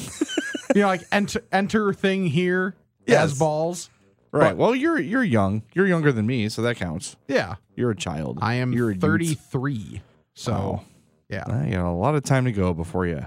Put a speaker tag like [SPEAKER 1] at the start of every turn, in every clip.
[SPEAKER 1] you know, like, enter, enter thing here as
[SPEAKER 2] Yes.
[SPEAKER 1] balls.
[SPEAKER 2] Right. well, you're you're young. You're younger than me, so that counts.
[SPEAKER 1] Yeah.
[SPEAKER 2] You're a child.
[SPEAKER 1] I am
[SPEAKER 2] You're a youth.
[SPEAKER 1] 33. So,
[SPEAKER 2] Wow.
[SPEAKER 1] yeah.
[SPEAKER 2] I got a lot of time to go before you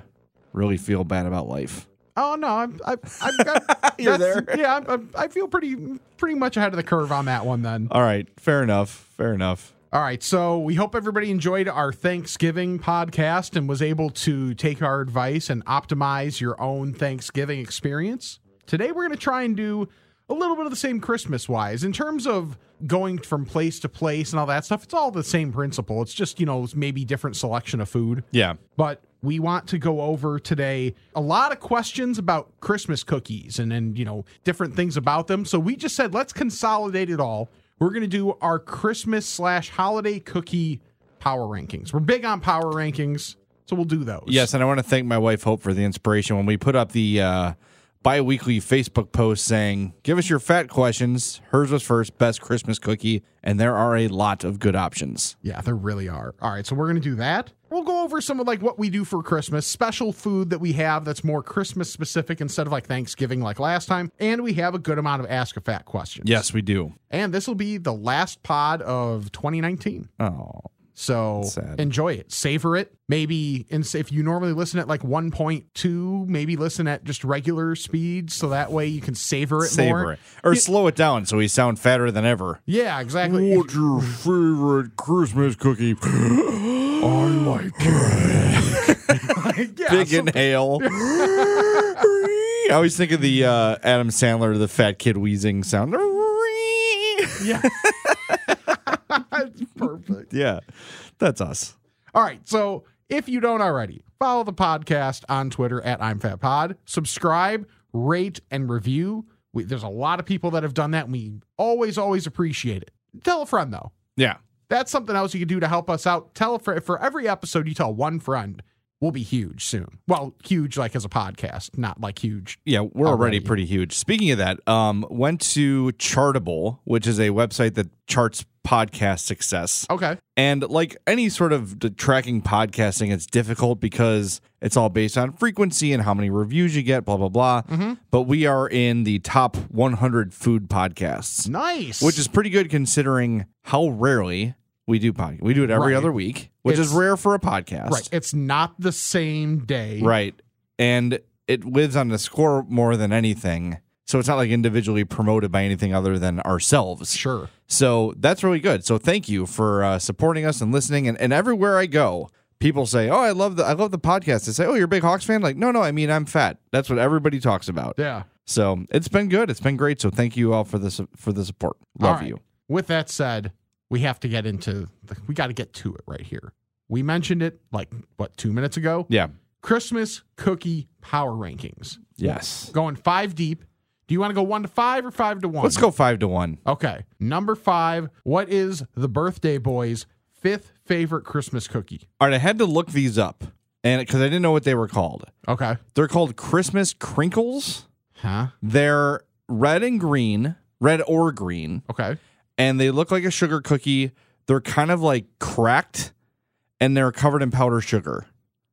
[SPEAKER 2] really feel bad about life.
[SPEAKER 1] Oh no, I'm I, I've got
[SPEAKER 2] You're
[SPEAKER 1] that's-
[SPEAKER 2] there.
[SPEAKER 1] Yeah, I'm, I'm- I feel pretty pretty much ahead of the curve on that one. Then.
[SPEAKER 2] All right. Fair enough. Fair enough.
[SPEAKER 1] All right, so we hope everybody enjoyed our Thanksgiving podcast and was able to take our advice and optimize your own Thanksgiving experience. Today we're going to try and do a little bit of the same Christmas wise in terms of going from place to place and all that stuff. It's all the same principle. It's just, you know, it's maybe different selection of food.
[SPEAKER 2] Yeah.
[SPEAKER 1] But we want to go over today a lot of questions about Christmas cookies and and you know different things about them. So we just said let's consolidate it all. We're gonna do our Christmas slash holiday cookie power rankings. We're big on power rankings, so we'll do those.
[SPEAKER 2] Yes, and I want to thank my wife Hope for the inspiration when we put up the uh, bi-weekly Facebook post saying, "Give us your fat questions." Hers was first, best Christmas cookie, and there are a lot of good options.
[SPEAKER 1] Yeah, there really are. All right, so we're gonna do that. We'll go over some of like what we do for Christmas, special food that we have that's more Christmas specific instead of like Thanksgiving like last time, and we have a good amount of ask a fat questions.
[SPEAKER 2] Yes, we do.
[SPEAKER 1] And this will be the last pod of 2019.
[SPEAKER 2] Oh,
[SPEAKER 1] So
[SPEAKER 2] Sad.
[SPEAKER 1] enjoy it, savor it. Maybe and if you normally listen at like 1.2, maybe listen at just regular speed so that way you can savor it
[SPEAKER 2] savor
[SPEAKER 1] more.
[SPEAKER 2] it or slow it down so we sound fatter than ever.
[SPEAKER 1] Yeah, exactly.
[SPEAKER 2] your favorite Christmas cookie? I like
[SPEAKER 1] yeah,
[SPEAKER 2] big
[SPEAKER 1] so-
[SPEAKER 2] inhale. I always think of the uh, Adam Sandler, the fat kid wheezing sound.
[SPEAKER 1] yeah. Perfect.
[SPEAKER 2] yeah, that's us.
[SPEAKER 1] All right. So if you don't already, follow the podcast on Twitter at I'm Fat Pod. Subscribe, rate, and review. We, there's a lot of people that have done that. And we always, always appreciate it. Tell a friend though.
[SPEAKER 2] Yeah.
[SPEAKER 1] That's something else you can do to help us out. Tell for for every episode you tell one friend, we'll be huge soon. Well, huge like as a podcast, not like huge.
[SPEAKER 2] Yeah, we're already,
[SPEAKER 1] Already.
[SPEAKER 2] pretty huge. Speaking of that, um, went to Chartable, which is a website that charts podcast success.
[SPEAKER 1] Okay.
[SPEAKER 2] And like any sort of d- tracking podcasting, it's difficult because it's all based on frequency and how many reviews you get, blah, blah, blah.
[SPEAKER 1] Mm-hmm.
[SPEAKER 2] But we are in the top 100 food podcasts,
[SPEAKER 1] Nice.
[SPEAKER 2] which is pretty good considering how rarely we do podcast. We do it every
[SPEAKER 1] Right.
[SPEAKER 2] other week, which is
[SPEAKER 1] It's-
[SPEAKER 2] rare for a podcast.
[SPEAKER 1] right. It's not the same day.
[SPEAKER 2] Right. And it lives on the score more than anything. So it's not like individually promoted by anything other than ourselves.
[SPEAKER 1] Sure.
[SPEAKER 2] So that's really good. So thank you for uh, supporting us and listening. And, and everywhere I go, people say, "Oh, I love the I love the podcast." They say, "Oh, you're a big Hawks fan?" Like, no, no, I mean I'm fat. That's what everybody talks about.
[SPEAKER 1] Yeah.
[SPEAKER 2] So it's been good. It's been great. So thank you all for the su- for the support.
[SPEAKER 1] All
[SPEAKER 2] Love
[SPEAKER 1] right.
[SPEAKER 2] you.
[SPEAKER 1] With that said, we have to get into the, we got to get to it right here. We mentioned it like what two minutes ago.
[SPEAKER 2] Yeah.
[SPEAKER 1] Christmas cookie power rankings
[SPEAKER 2] Yes.
[SPEAKER 1] going five deep. Do you want to go one to five or five to one?
[SPEAKER 2] Let's go five to one.
[SPEAKER 1] Okay. Number five. What is the birthday boy's fifth favorite Christmas cookie?
[SPEAKER 2] All right, I had to look these up, and because I didn't know what they were called,
[SPEAKER 1] Okay.
[SPEAKER 2] they're called Christmas crinkles.
[SPEAKER 1] Huh?
[SPEAKER 2] They're red and green, red or green,
[SPEAKER 1] Okay.
[SPEAKER 2] and they look like a sugar cookie. They're kind of like cracked, and they're covered in powdered sugar.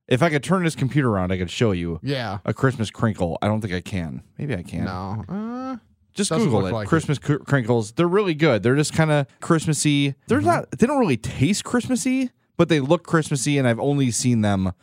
[SPEAKER 2] If I could turn this computer around, I could show you
[SPEAKER 1] Yeah.
[SPEAKER 2] a Christmas crinkle. I don't think I can. Maybe I can.
[SPEAKER 1] No. Uh,
[SPEAKER 2] Just
[SPEAKER 1] Doesn't
[SPEAKER 2] Google
[SPEAKER 1] look
[SPEAKER 2] it.
[SPEAKER 1] like it.
[SPEAKER 2] Christmas cr- crinkles. They're really good. They're just kind of Christmassy. They're
[SPEAKER 1] Mm-hmm.
[SPEAKER 2] not. They don't really taste Christmassy, but they look Christmassy. And I've only seen them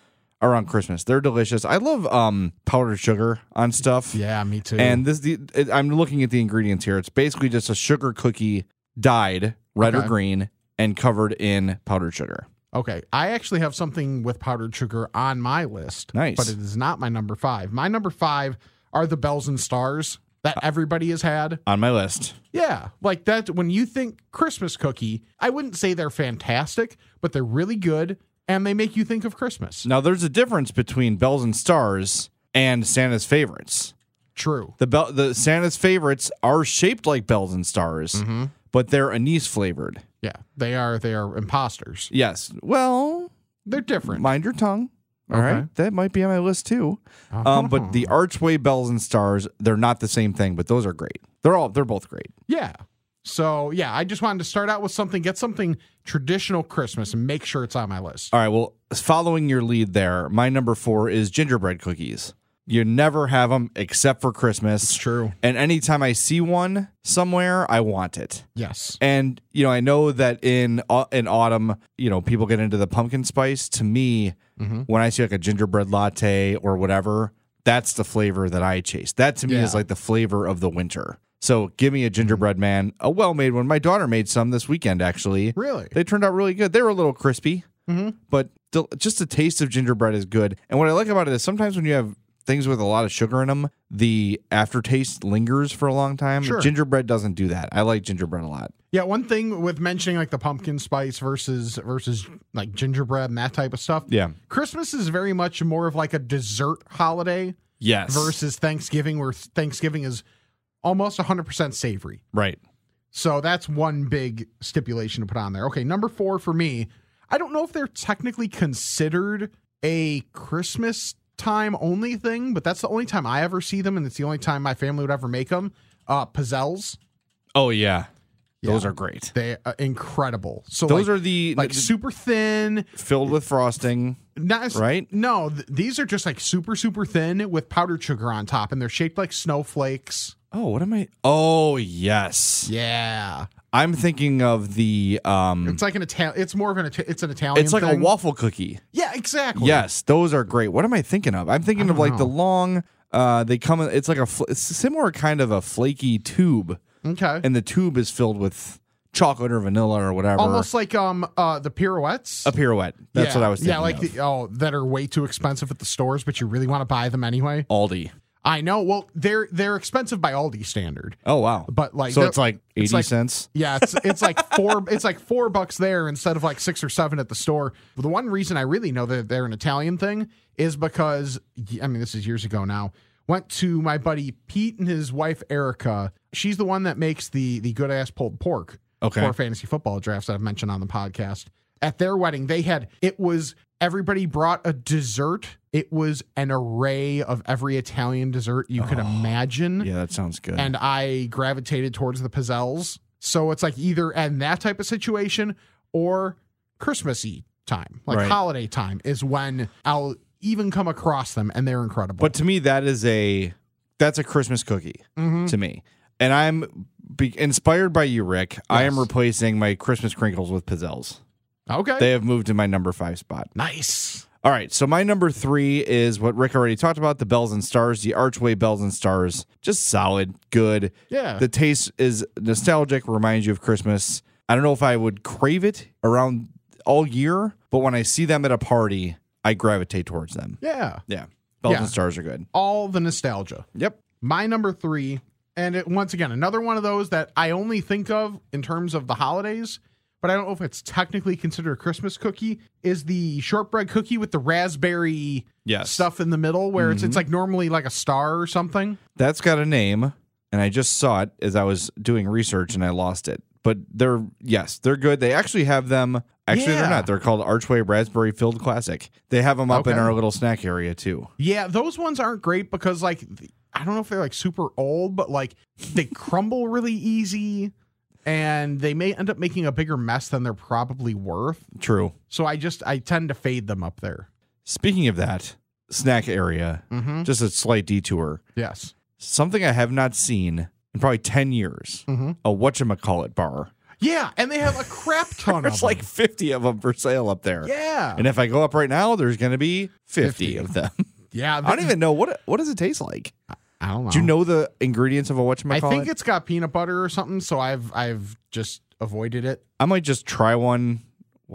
[SPEAKER 2] around Christmas. They're delicious. I love um powdered sugar on stuff.
[SPEAKER 1] yeah, me too.
[SPEAKER 2] And this, the it, I'm looking at the ingredients here. It's basically just a sugar cookie dyed red
[SPEAKER 1] Okay.
[SPEAKER 2] or green and covered in powdered sugar.
[SPEAKER 1] Okay. I actually have something with powdered sugar on my list.
[SPEAKER 2] Nice.
[SPEAKER 1] But it is not my number five. My number five are the bells and stars that everybody has had.
[SPEAKER 2] On my list.
[SPEAKER 1] Yeah. Like that when you think Christmas cookie, I wouldn't say they're fantastic, but they're really good and they make you think of Christmas.
[SPEAKER 2] Now there's a difference between bells and stars and Santa's favorites.
[SPEAKER 1] True.
[SPEAKER 2] The bell, the Santa's favorites are shaped like bells and stars,
[SPEAKER 1] Mm-hmm.
[SPEAKER 2] but they're anise flavored.
[SPEAKER 1] Yeah. They are they are imposters.
[SPEAKER 2] Yes. Well,
[SPEAKER 1] They're different.
[SPEAKER 2] mind your tongue. All right,
[SPEAKER 1] Okay. Uh-huh.
[SPEAKER 2] that might be on my list too. Um, but the archway bells and stars, they're not the same thing, but those are great. They're all they're both great.
[SPEAKER 1] Yeah. So yeah, I just wanted to start out with something, get something traditional Christmas and make sure it's on my list.
[SPEAKER 2] All right. Well, following your lead there, my number four is gingerbread cookies. You never have them except for Christmas. It's
[SPEAKER 1] true.
[SPEAKER 2] And anytime I see one somewhere, I want it.
[SPEAKER 1] Yes.
[SPEAKER 2] And you know, I know that in au- in autumn, you know, people get into the pumpkin spice. To me,
[SPEAKER 1] Mm-hmm.
[SPEAKER 2] when I see like a gingerbread latte or whatever, that's the flavor that I chase. That to me is
[SPEAKER 1] Yeah. Mm-hmm.
[SPEAKER 2] like the flavor of the winter. So give me a gingerbread man, a well-made one. My daughter made some this weekend actually.
[SPEAKER 1] Really?
[SPEAKER 2] They turned out really good. They were a little crispy,
[SPEAKER 1] Mm-hmm.
[SPEAKER 2] but del- just the taste of gingerbread is good. And what I like about it is sometimes when you have things with a lot of sugar in them, the aftertaste lingers for a long time.
[SPEAKER 1] Sure.
[SPEAKER 2] Gingerbread doesn't do that. I like gingerbread a lot.
[SPEAKER 1] Yeah, one thing with mentioning like the pumpkin spice versus versus like gingerbread and that type of stuff.
[SPEAKER 2] Yeah.
[SPEAKER 1] Christmas is very much more of like a dessert holiday
[SPEAKER 2] Yes.
[SPEAKER 1] versus Thanksgiving where Thanksgiving is almost 100% savory.
[SPEAKER 2] right.
[SPEAKER 1] So that's one big stipulation to put on there. Okay, number 4 for me. I don't know if they're technically considered a Christmas time only thing, but that's the only time I ever see them and it's the only time my family would ever make them. Uh pizzelles,
[SPEAKER 2] Oh yeah. Those
[SPEAKER 1] Yeah.
[SPEAKER 2] are great.
[SPEAKER 1] they are incredible. So
[SPEAKER 2] Those
[SPEAKER 1] like-
[SPEAKER 2] are the
[SPEAKER 1] like super thin,
[SPEAKER 2] filled with frosting.
[SPEAKER 1] not as-
[SPEAKER 2] Right?
[SPEAKER 1] No, th- these are just like super super thin with powdered sugar on top, and they're shaped like snowflakes.
[SPEAKER 2] Oh, what am I? Oh yes.
[SPEAKER 1] Yeah,
[SPEAKER 2] I'm thinking of the um
[SPEAKER 1] it's like an Italian. It's more of an Ita- it's an Italian.
[SPEAKER 2] it's like a
[SPEAKER 1] thing.
[SPEAKER 2] waffle cookie.
[SPEAKER 1] Yeah, exactly.
[SPEAKER 2] Yes, those are great. What am I thinking of? I'm thinking of like the long. Uh, they come. in- It's like a fl- it's similar kind of a flaky tube,
[SPEAKER 1] Okay.
[SPEAKER 2] and the tube is filled with chocolate or vanilla or whatever.
[SPEAKER 1] Almost like um uh the pirouettes.
[SPEAKER 2] a pirouette. That's
[SPEAKER 1] Yeah.
[SPEAKER 2] what I was thinking.
[SPEAKER 1] Yeah, like
[SPEAKER 2] of.
[SPEAKER 1] the oh that are way too expensive at the stores, but you really want to buy them anyway.
[SPEAKER 2] Aldi.
[SPEAKER 1] I know. Well, they're they're expensive by Aldi standard,
[SPEAKER 2] Oh wow.
[SPEAKER 1] but like
[SPEAKER 2] so
[SPEAKER 1] they're-
[SPEAKER 2] it's like eighty
[SPEAKER 1] like-
[SPEAKER 2] cents.
[SPEAKER 1] Yeah, it's it's like four it's like four bucks there instead of like six or seven at the store. But the one reason I really know that they're an Italian thing is because I mean this is years ago now. Went to my buddy Pete and his wife Erica. She's the one that makes the the good ass pulled pork
[SPEAKER 2] Okay.
[SPEAKER 1] for fantasy football drafts that I've mentioned on the podcast. At their wedding, they had it was everybody brought a dessert. It was an array of every Italian dessert you could imagine
[SPEAKER 2] Yeah, that sounds good.
[SPEAKER 1] and I gravitated towards the Pizzelles. So it's like either in that type of situation or Christmassy time, like
[SPEAKER 2] Right.
[SPEAKER 1] holiday time, is when I'll even come across them, and they're incredible.
[SPEAKER 2] But to me, that is a that's a Christmas cookie
[SPEAKER 1] Mm-hmm. Hmm.
[SPEAKER 2] to me, and I'm be- inspired by you, Rick. I am
[SPEAKER 1] Yes.
[SPEAKER 2] replacing my Christmas crinkles with pizzelles.
[SPEAKER 1] okay,
[SPEAKER 2] They have moved to my number five spot.
[SPEAKER 1] nice.
[SPEAKER 2] All right, so my number three is what Rick already talked about: the bells and stars, the archway bells and stars. Just solid, good.
[SPEAKER 1] Yeah.
[SPEAKER 2] the taste is nostalgic, reminds you of Christmas. I don't know if I would crave it around all year, but when I see them at a party, I gravitate towards them.
[SPEAKER 1] Yeah,
[SPEAKER 2] Yeah, bells
[SPEAKER 1] Yeah.
[SPEAKER 2] and stars are good.
[SPEAKER 1] all the nostalgia.
[SPEAKER 2] Yep.
[SPEAKER 1] My number three, and it, once again, another one of those that I only think of in terms of the holidays. But I don't know if it's technically considered a Christmas cookie. Is the shortbread cookie with the raspberry
[SPEAKER 2] Yes.
[SPEAKER 1] stuff in the middle, where it's it's like normally like a star or something?
[SPEAKER 2] That's got a name, and I just saw it as I was doing research and I lost it. But they're yes, they're good. They actually have them. Actually,
[SPEAKER 1] Yeah.
[SPEAKER 2] they're not. They're called Archway Raspberry Filled Classic. They have them up in
[SPEAKER 1] Okay.
[SPEAKER 2] our little snack area too.
[SPEAKER 1] Yeah, those ones aren't great because like th- I don't know if they're like super old, but like they crumble really easy and they may end up making a bigger mess than they're probably worth.
[SPEAKER 2] True.
[SPEAKER 1] So I just I tend to fade them up there.
[SPEAKER 2] Speaking of that snack area,
[SPEAKER 1] Mm-hmm.
[SPEAKER 2] just a slight detour.
[SPEAKER 1] Yes.
[SPEAKER 2] Something I have not seen in probably ten years.
[SPEAKER 1] Mhm.
[SPEAKER 2] A whatchamacallit bar.
[SPEAKER 1] Yeah, and they have a crap ton of
[SPEAKER 2] There's like fifty of them for sale up there.
[SPEAKER 1] them. Oh, Yeah.
[SPEAKER 2] And if I go up right now, there's going to be
[SPEAKER 1] 50.
[SPEAKER 2] 50, of them.
[SPEAKER 1] Yeah.
[SPEAKER 2] I don't even know what what does it taste like.
[SPEAKER 1] I don't know.
[SPEAKER 2] Do you know the ingredients of a
[SPEAKER 1] I
[SPEAKER 2] whatchamacallit?
[SPEAKER 1] think it's got peanut butter or something, so I've I've just avoided it.
[SPEAKER 2] I might just try one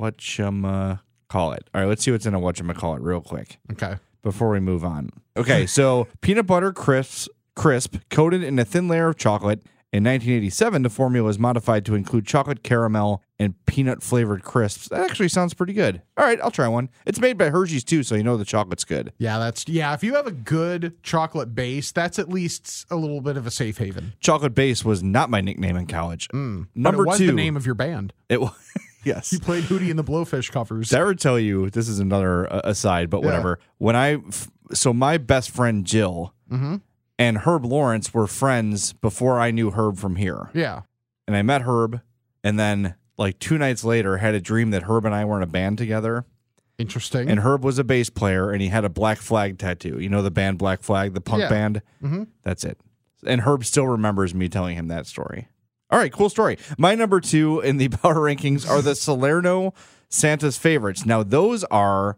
[SPEAKER 2] whatchamacallit. All right, let's see what's in a whatchamacallit real quick
[SPEAKER 1] Okay.
[SPEAKER 2] before we move on. Okay, so peanut butter crisps, crisp coated in a thin layer of chocolate. In 1987, the formula was modified to include chocolate caramel and peanut flavored crisps. That actually sounds pretty good. All right, I'll try one. It's made by Hershey's too, so you know the chocolate's good.
[SPEAKER 1] Yeah, that's yeah, if you have a good chocolate base, that's at least a little bit of a safe haven.
[SPEAKER 2] Chocolate base was not my nickname in college. Number
[SPEAKER 1] Mm. but it was
[SPEAKER 2] two,
[SPEAKER 1] the name of your band.
[SPEAKER 2] it was yes.
[SPEAKER 1] You played Hootie and the Blowfish covers.
[SPEAKER 2] That would tell you this is another uh, aside, but
[SPEAKER 1] Yeah.
[SPEAKER 2] whatever. When I f- so my best friend Jill
[SPEAKER 1] Mhm.
[SPEAKER 2] and Herb Lawrence were friends before I knew Herb from here,
[SPEAKER 1] yeah.
[SPEAKER 2] and I met Herb, and then like two nights later had a dream that Herb and I were in a band together,
[SPEAKER 1] Interesting.
[SPEAKER 2] and Herb was a bass player, and he had a Black Flag tattoo. You know the band Black Flag, the punk
[SPEAKER 1] Yeah.
[SPEAKER 2] band.
[SPEAKER 1] Mhm.
[SPEAKER 2] That's it. And Herb still remembers me telling him that story. All right, cool story. My number two in the power rankings are the Salerno Santa's favorites. Now, those are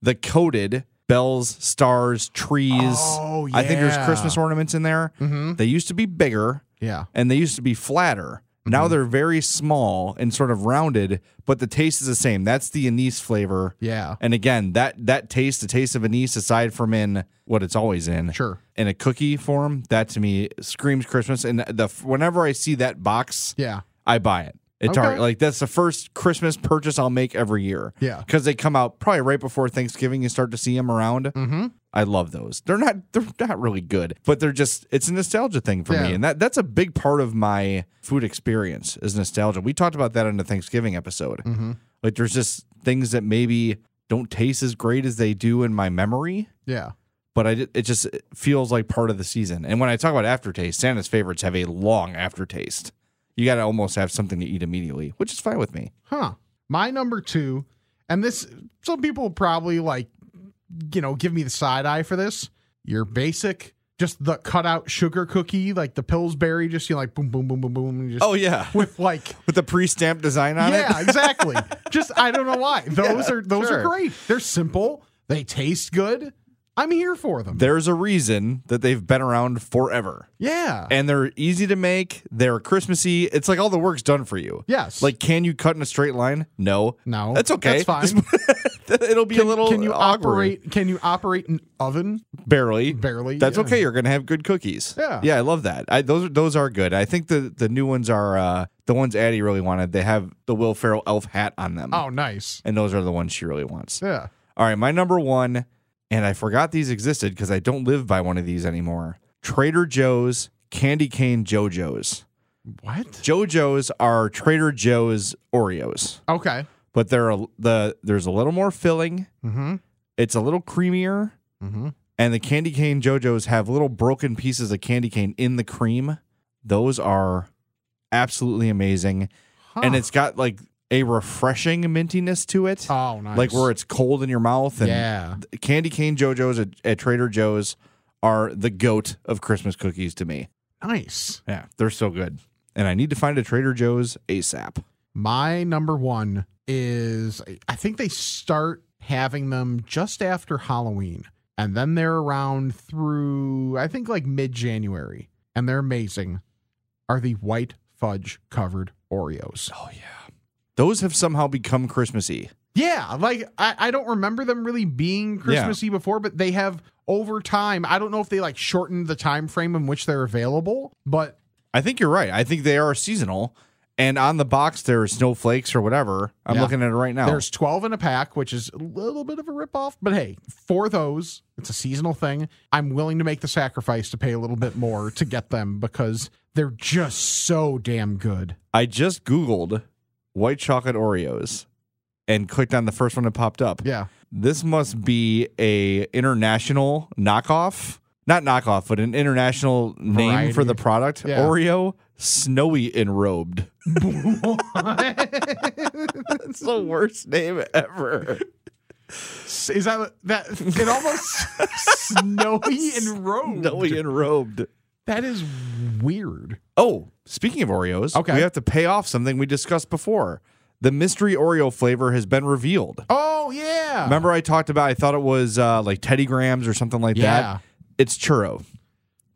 [SPEAKER 2] the coated bells, stars, trees.
[SPEAKER 1] Oh,
[SPEAKER 2] I think there's
[SPEAKER 1] yeah.
[SPEAKER 2] Christmas ornaments in there.
[SPEAKER 1] Mhm.
[SPEAKER 2] They used to be bigger
[SPEAKER 1] yeah.
[SPEAKER 2] and they used to be flatter.
[SPEAKER 1] Mm-hmm.
[SPEAKER 2] Now they're very small and sort of rounded, but the taste is the same. That's the anise flavor.
[SPEAKER 1] Yeah.
[SPEAKER 2] And again, that that taste, the taste of anise, aside from in what it's always in,
[SPEAKER 1] Sure.
[SPEAKER 2] in a cookie form, that to me screams Christmas. And the whenever I see that box,
[SPEAKER 1] Yeah.
[SPEAKER 2] I buy it. It's
[SPEAKER 1] Okay.
[SPEAKER 2] Target. like that's the first Christmas purchase I'll make every year.
[SPEAKER 1] Yeah.
[SPEAKER 2] because they come out probably right before Thanksgiving. You start to see them around.
[SPEAKER 1] Mm-hmm.
[SPEAKER 2] I love those. They're not they're not really good, but they're just it's a nostalgia thing for
[SPEAKER 1] Yeah.
[SPEAKER 2] me, and that that's a big part of my food experience is nostalgia. We talked about that in the Thanksgiving episode.
[SPEAKER 1] Mhm.
[SPEAKER 2] Like there's just things that maybe don't taste as great as they do in my memory,
[SPEAKER 1] Yeah.
[SPEAKER 2] but I ju- it just it feels like part of the season. And when I talk about aftertaste, Santa's favorites have a long aftertaste. You got to almost have something to eat immediately, which is fine with me.
[SPEAKER 1] Huh. My number two, and this some people probably like, you know, give me the side eye for this. Your basic, just the cutout sugar cookie, like the Pillsbury, just you know, like boom, boom, boom, boom, boom. and Just
[SPEAKER 2] Oh, yeah,
[SPEAKER 1] with like
[SPEAKER 2] with the pre-stamped design on
[SPEAKER 1] Oh, yeah,
[SPEAKER 2] it.
[SPEAKER 1] exactly. Just I don't know why. Those are those are
[SPEAKER 2] sure.
[SPEAKER 1] great. They're simple. They taste good. I'm here for them.
[SPEAKER 2] There's a reason that they've been around forever.
[SPEAKER 1] yeah.
[SPEAKER 2] and they're easy to make. They're Christmassy. It's like all the work's done for you.
[SPEAKER 1] Yes.
[SPEAKER 2] Like, can you cut in a straight line? No.
[SPEAKER 1] No,
[SPEAKER 2] That's okay.
[SPEAKER 1] that's
[SPEAKER 2] It'll be a little.
[SPEAKER 1] can you
[SPEAKER 2] awkward.
[SPEAKER 1] operate can you operate an oven?
[SPEAKER 2] barely?
[SPEAKER 1] Barely,
[SPEAKER 2] That's
[SPEAKER 1] yeah.
[SPEAKER 2] okay. You're gonna have good cookies.
[SPEAKER 1] Yeah.
[SPEAKER 2] Yeah, I love that. I, those are- those are good. I think the the new ones are uh, the ones Addie really wanted. They have the Will Ferrell elf hat on them.
[SPEAKER 1] Oh, nice.
[SPEAKER 2] And those are the ones she really wants.
[SPEAKER 1] Yeah.
[SPEAKER 2] All right, my number one, and I forgot these existed because I don't live by one of these anymore. Trader Joe's candy cane JoJo's.
[SPEAKER 1] What?
[SPEAKER 2] JoJo's are Trader Joe's Oreos,
[SPEAKER 1] Okay.
[SPEAKER 2] but they're a, the there's a little more filling.
[SPEAKER 1] Mhm.
[SPEAKER 2] It's a little creamier,
[SPEAKER 1] Mhm.
[SPEAKER 2] and the candy cane JoJo's have little broken pieces of candy cane in the cream. Those are absolutely amazing, and
[SPEAKER 1] Huh.
[SPEAKER 2] it's got like a refreshing mintiness to it,
[SPEAKER 1] Oh, nice.
[SPEAKER 2] like where it's cold in your mouth. And
[SPEAKER 1] Yeah.
[SPEAKER 2] candy cane JoJo's at, at Trader Joe's are the goat of Christmas cookies to me.
[SPEAKER 1] Nice.
[SPEAKER 2] Yeah, they're so good, and I need to find a Trader Joe's ASAP.
[SPEAKER 1] My number 1 is I think they start having them just after Halloween and then they're around through I think like mid-January and they're amazing. Are the white fudge covered Oreos.
[SPEAKER 2] Oh yeah. Those have somehow become Christmassy.
[SPEAKER 1] Yeah, like I, I don't remember them really being Christmassy before, but they have over time. I don't know if they like shortened the time frame in which they're available, but
[SPEAKER 2] I think you're right. I think they are seasonal And on the box, there's snowflakes or whatever. I'm
[SPEAKER 1] Yeah.
[SPEAKER 2] looking at it right now.
[SPEAKER 1] There's 12 in a pack, which is a little bit of a ripoff, but hey, for those, it's a seasonal thing. I'm willing to make the sacrifice to pay a little bit more to get them because they're just so damn good.
[SPEAKER 2] I just Googled white chocolate Oreos and clicked on the first one that popped up.
[SPEAKER 1] Yeah.
[SPEAKER 2] This must be a international knockoff. Not knockoff, but an international name for
[SPEAKER 1] Variety.
[SPEAKER 2] the product.
[SPEAKER 1] Yeah.
[SPEAKER 2] Oreo snowy enrobed. That's the worst name ever.
[SPEAKER 1] Is that that it almost snowy and road?
[SPEAKER 2] Snowy enrobed.
[SPEAKER 1] That is weird.
[SPEAKER 2] Oh, speaking of Oreos,
[SPEAKER 1] Okay.
[SPEAKER 2] we have to pay off something we discussed before. The mystery Oreo flavor has been revealed.
[SPEAKER 1] Oh yeah.
[SPEAKER 2] Remember, I talked about. I thought it was uh, like Teddy Grahams or something like
[SPEAKER 1] Yeah.
[SPEAKER 2] that. It's churro,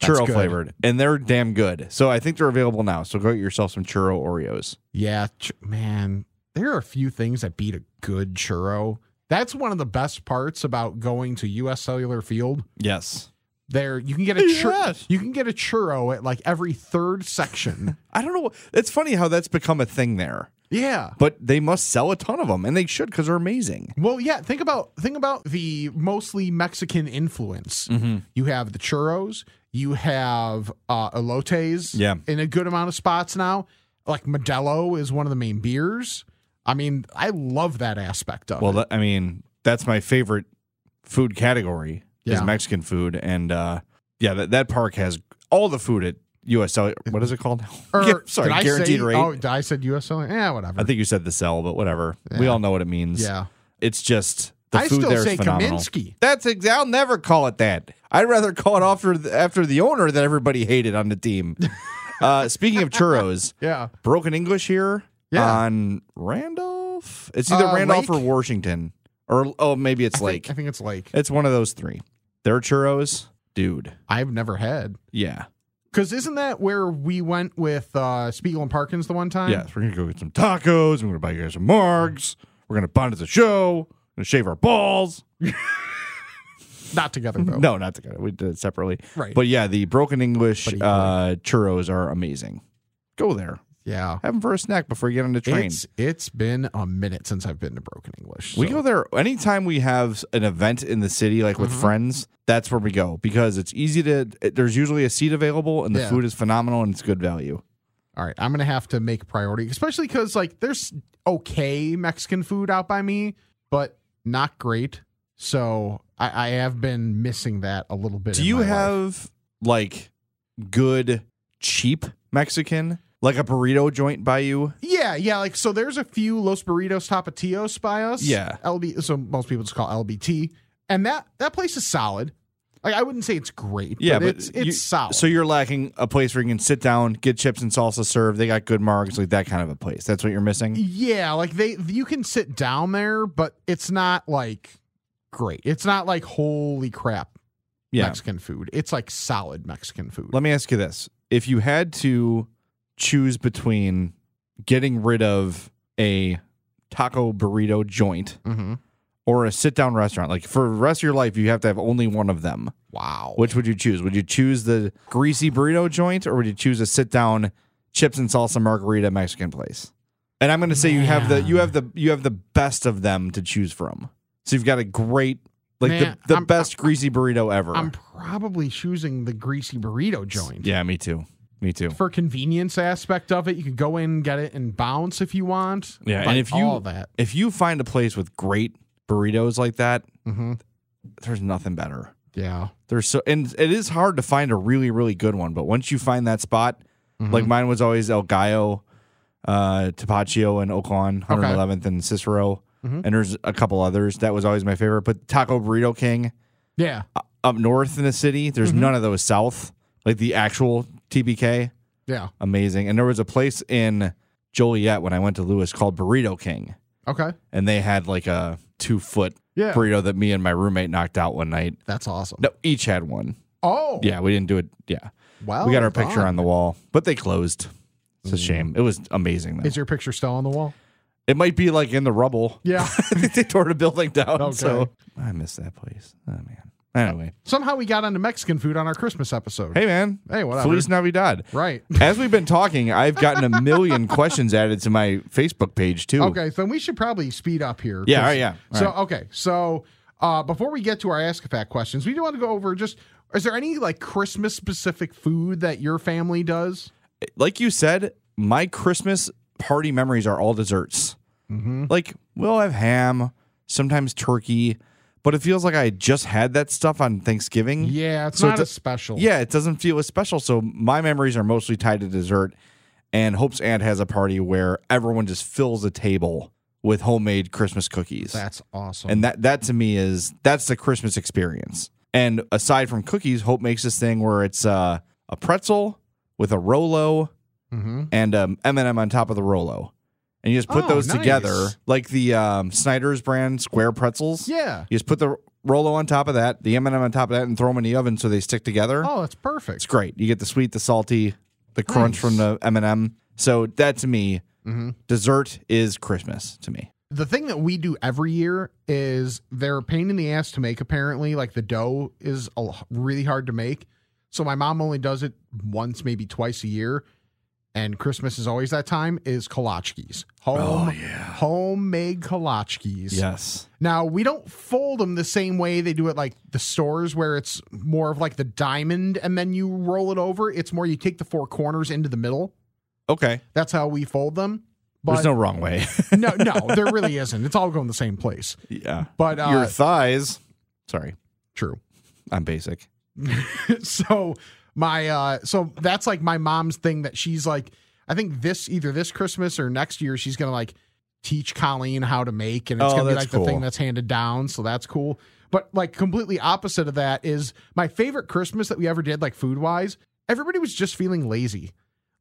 [SPEAKER 1] That's
[SPEAKER 2] churro
[SPEAKER 1] good.
[SPEAKER 2] flavored, and they're damn good. So I think they're available now. So go get yourself some churro Oreos.
[SPEAKER 1] Yeah, ch- man, there are a few things that beat a good churro. That's one of the best parts about going to US Cellular Field.
[SPEAKER 2] Yes,
[SPEAKER 1] There you can get a chur-
[SPEAKER 2] Yes.
[SPEAKER 1] you can get a churro at like every third section.
[SPEAKER 2] I don't know. It's funny how that's become a thing there,
[SPEAKER 1] yeah.
[SPEAKER 2] but they must sell a ton of them, and they should because they're amazing.
[SPEAKER 1] Well, yeah, think about think about the mostly Mexican influence.
[SPEAKER 2] Mm.
[SPEAKER 1] You have the churros, you have uh elotes
[SPEAKER 2] Yeah.
[SPEAKER 1] in a good amount of spots now. Like Modelo is one of the main beers. I mean, I love that aspect of
[SPEAKER 2] Well,
[SPEAKER 1] it.
[SPEAKER 2] that, I mean, that's my favorite food category
[SPEAKER 1] Yeah.
[SPEAKER 2] is Mexican food, and uh, yeah, that, that park has all the food at USL. What is it called?
[SPEAKER 1] Or,
[SPEAKER 2] Yeah, sorry,
[SPEAKER 1] did I
[SPEAKER 2] guaranteed
[SPEAKER 1] say,
[SPEAKER 2] rate.
[SPEAKER 1] Oh, did I said USL. Yeah, whatever.
[SPEAKER 2] I think you said the cell, but whatever. We all know what it means.
[SPEAKER 1] yeah.
[SPEAKER 2] It's just the
[SPEAKER 1] I
[SPEAKER 2] food
[SPEAKER 1] still
[SPEAKER 2] there is
[SPEAKER 1] say
[SPEAKER 2] phenomenal.
[SPEAKER 1] Kaminsky.
[SPEAKER 2] That's ex- I'll never call it that. I'd rather call it after the, after the owner that everybody hated on the team. uh, speaking of churros,
[SPEAKER 1] Yeah.
[SPEAKER 2] broken English here
[SPEAKER 1] Yeah.
[SPEAKER 2] on Randolph. It's either
[SPEAKER 1] Uh,
[SPEAKER 2] Randolph
[SPEAKER 1] Lake?
[SPEAKER 2] or Washington, or oh maybe it's
[SPEAKER 1] I
[SPEAKER 2] Lake.
[SPEAKER 1] think, I think it's Lake.
[SPEAKER 2] it's one of those three. Their churros, dude.
[SPEAKER 1] I've never had.
[SPEAKER 2] Yeah.
[SPEAKER 1] Because isn't that where we went with uh, Spiegel and Parkins the one time?
[SPEAKER 2] Yes, we're gonna go get some tacos. We're gonna buy you guys some margs. We're gonna bond at the show. Gonna shave our balls.
[SPEAKER 1] Not together, though.
[SPEAKER 2] No, not together. We did it separately.
[SPEAKER 1] Right.
[SPEAKER 2] But yeah, the broken English
[SPEAKER 1] But equally.
[SPEAKER 2] uh, churros are amazing. Go there.
[SPEAKER 1] Yeah.
[SPEAKER 2] Have them for a snack before you get on the train.
[SPEAKER 1] It's, it's been a minute since I've been to Broken English.
[SPEAKER 2] we
[SPEAKER 1] so-
[SPEAKER 2] go there anytime we have an event in the city, like
[SPEAKER 1] Mm-hmm.
[SPEAKER 2] with friends. That's where we go because it's easy to. it- There's usually a seat available, and the
[SPEAKER 1] Yeah.
[SPEAKER 2] food is phenomenal and it's good value.
[SPEAKER 1] All right. I'm going to have to make priority, especially because, like, there's okay Mexican food out by me, but not great. So I, I have been missing that a little bit.
[SPEAKER 2] Do
[SPEAKER 1] in
[SPEAKER 2] you
[SPEAKER 1] my life.
[SPEAKER 2] have like good cheap Mexican, like a burrito joint by you?
[SPEAKER 1] Yeah, yeah. Like so, there's a few Los Burritos Tapatios by us.
[SPEAKER 2] Yeah.
[SPEAKER 1] LB. So most people just call LBT, and that that place is solid. Like I wouldn't say it's great.
[SPEAKER 2] Yeah, but
[SPEAKER 1] it's
[SPEAKER 2] you-
[SPEAKER 1] it's solid.
[SPEAKER 2] So you're lacking a place where you can sit down, get chips and salsa served. They got good marks, like that kind of a place. That's what you're
[SPEAKER 1] E,
[SPEAKER 2] missing.
[SPEAKER 1] yeah, like they you can sit down there, but it's not like great. It's not like holy crap
[SPEAKER 2] Yeah.
[SPEAKER 1] Mexican food. It's like solid Mexican food.
[SPEAKER 2] Let me ask you this: If you had to choose between getting rid of a taco burrito joint
[SPEAKER 1] hmm
[SPEAKER 2] or a sit-down restaurant, like for the rest of your life, you have to have only one of them.
[SPEAKER 1] Wow.
[SPEAKER 2] Which would you choose? Would you choose the greasy burrito joint, or would you choose a sit-down chips and salsa margarita Mexican place? And I'm going to say you have the you have the you have the best of them to choose from. So you've got a great, like
[SPEAKER 1] Man,
[SPEAKER 2] the, the
[SPEAKER 1] I'm-
[SPEAKER 2] best greasy burrito ever.
[SPEAKER 1] I'm probably choosing the greasy burrito joint.
[SPEAKER 2] yeah, me too. Me too.
[SPEAKER 1] For convenience aspect of it, you could go in and get it and bounce if you want.
[SPEAKER 2] Yeah,
[SPEAKER 1] Like,
[SPEAKER 2] and if you
[SPEAKER 1] all that,
[SPEAKER 2] if you find a place with great burritos like that,
[SPEAKER 1] hmm
[SPEAKER 2] there's nothing better.
[SPEAKER 1] yeah,
[SPEAKER 2] There's so and it is hard to find a really really good one, but once you find that spot, like mine was always El Gallo, uh, Tapachio and Oakland, 111th and Cicero, and there's a couple others that was always my favorite. But Taco Burrito King
[SPEAKER 1] yeah,
[SPEAKER 2] up north in the city, there's none of those south, like the actual TBK,
[SPEAKER 1] yeah.
[SPEAKER 2] amazing. And there was a place in Joliet when I went to Lewis called Burrito King.
[SPEAKER 1] Okay,
[SPEAKER 2] and they had like a two foot
[SPEAKER 1] Yeah.
[SPEAKER 2] burrito that me and my roommate knocked out one night.
[SPEAKER 1] that's awesome.
[SPEAKER 2] No, each had one.
[SPEAKER 1] Oh,
[SPEAKER 2] Yeah, we didn't do it. Yeah,
[SPEAKER 1] Well,
[SPEAKER 2] we got our picture
[SPEAKER 1] done.
[SPEAKER 2] on the wall, but they closed. It's a shame. It was amazing. Though.
[SPEAKER 1] Is your picture still on the wall?
[SPEAKER 2] it might be like in the rubble.
[SPEAKER 1] Yeah.
[SPEAKER 2] I think they tore the building down.
[SPEAKER 1] Okay.
[SPEAKER 2] So I miss that place. Oh man, Anyway,
[SPEAKER 1] Somehow we got onto Mexican food on our Christmas episode.
[SPEAKER 2] hey man,
[SPEAKER 1] Hey, whatever.
[SPEAKER 2] Feliz Navidad.
[SPEAKER 1] Right.
[SPEAKER 2] As we've been talking, I've gotten a million questions added to my Facebook page too.
[SPEAKER 1] Okay, then we should probably speed up here.
[SPEAKER 2] Yeah,
[SPEAKER 1] 'cause-
[SPEAKER 2] all right, yeah, all
[SPEAKER 1] so
[SPEAKER 2] right.
[SPEAKER 1] okay, so uh, before we get to our Ask a Fact questions, we do want to go over just is there any like Christmas specific food that your family does?
[SPEAKER 2] like you said, my Christmas party memories are all desserts. Like we'll have ham, sometimes turkey, but it feels like I just had that stuff on Thanksgiving.
[SPEAKER 1] Yeah, it's
[SPEAKER 2] So
[SPEAKER 1] not
[SPEAKER 2] do-
[SPEAKER 1] as special.
[SPEAKER 2] Yeah, it doesn't feel as special. So my memories are mostly tied to dessert. And Hope's aunt has a party where everyone just fills the table with homemade Christmas cookies.
[SPEAKER 1] that's awesome.
[SPEAKER 2] And that that to me is that's the Christmas experience. And aside from cookies, Hope makes this thing where it's uh, a pretzel with a Rolo
[SPEAKER 1] hmm
[SPEAKER 2] and um, M&M on top of the Rolo, and you just put
[SPEAKER 1] Oh,
[SPEAKER 2] those
[SPEAKER 1] nice.
[SPEAKER 2] together like the um, Snyder's brand square pretzels.
[SPEAKER 1] yeah.
[SPEAKER 2] You just put the Rolo on top of that, the M&M on top of that, and throw them in the oven so they stick together.
[SPEAKER 1] Oh, that's
[SPEAKER 2] It's
[SPEAKER 1] perfect.
[SPEAKER 2] great. You get the sweet, the salty, the crunch
[SPEAKER 1] Nice.
[SPEAKER 2] from the M&M. So that to me,
[SPEAKER 1] hmm
[SPEAKER 2] dessert is Christmas to me.
[SPEAKER 1] The thing that we do every year is they're a pain in the ass to make. Apparently, like the dough is a, l- really hard to make. So my mom only does it once, maybe twice a year, and Christmas is always that time. Is kolachkis
[SPEAKER 2] Oh,
[SPEAKER 1] home homemade kolachkis?
[SPEAKER 2] Yes.
[SPEAKER 1] Now we don't fold them the same way they do it like the stores where it's more of like the diamond and then you roll it over. It's more you take the four corners into the middle.
[SPEAKER 2] Okay.
[SPEAKER 1] That's how we fold them. But
[SPEAKER 2] There's no wrong way.
[SPEAKER 1] no, no, there really isn't. It's all going the same place.
[SPEAKER 2] yeah.
[SPEAKER 1] But uh,
[SPEAKER 2] Your thighs. Sorry,
[SPEAKER 1] true.
[SPEAKER 2] I'm basic.
[SPEAKER 1] so my uh, so that's like my mom's thing that she's like. I think this either this Christmas or next year she's gonna like teach Colleen how to make, and it's
[SPEAKER 2] Oh,
[SPEAKER 1] gonna be
[SPEAKER 2] that's
[SPEAKER 1] like the thing
[SPEAKER 2] cool.
[SPEAKER 1] that's handed down. So that's cool. But like completely opposite of that is my favorite Christmas that we ever did, like food wise. Everybody was just feeling lazy.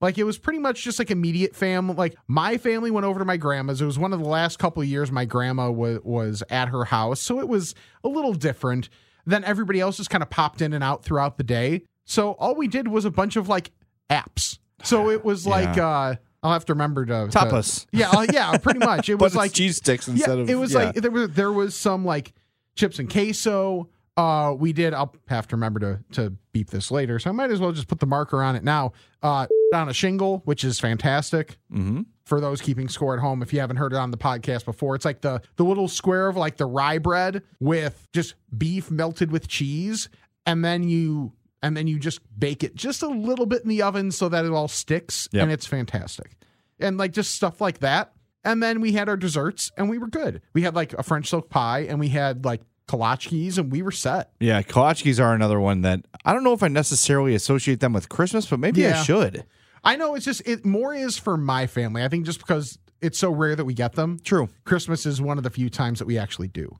[SPEAKER 1] Like it was pretty much just like immediate family. Like my family went over to my grandma's. It was one of the last couple of years my grandma was was at her house, so it was a little different. Then everybody else just kind of popped in and out throughout the day. So all we did was a bunch of like apps. So it was like uh I'll have to remember to to-
[SPEAKER 2] Tapas.
[SPEAKER 1] yeah, uh, yeah, pretty much. It
[SPEAKER 2] But
[SPEAKER 1] was
[SPEAKER 2] it's
[SPEAKER 1] like
[SPEAKER 2] cheese sticks
[SPEAKER 1] yeah,
[SPEAKER 2] instead of
[SPEAKER 1] it was
[SPEAKER 2] yeah.
[SPEAKER 1] like there was there was some like chips and queso. Uh, we did. I'll have to remember to to beep this later, so I might as well just put the marker on it now. Uh, on a shingle, which is fantastic
[SPEAKER 2] Mhm.
[SPEAKER 1] for those keeping score at home. If you haven't heard it on the podcast before, it's like the the little square of like the rye bread with just beef melted with cheese, and then you and then you just bake it just a little bit in the oven so that it all sticks,
[SPEAKER 2] Yep.
[SPEAKER 1] and it's fantastic. And like just stuff like that. And then we had our desserts, and we were good. We had like a French silk pie, and we had like kolaches, and we were set.
[SPEAKER 2] Yeah, kolachkis are another one that I don't know if I necessarily associate them with Christmas, but maybe I
[SPEAKER 1] Yeah.
[SPEAKER 2] should.
[SPEAKER 1] I know it's just it more is for my family. I think just because it's so rare that we get them.
[SPEAKER 2] True.
[SPEAKER 1] Christmas is one of the few times that we actually do.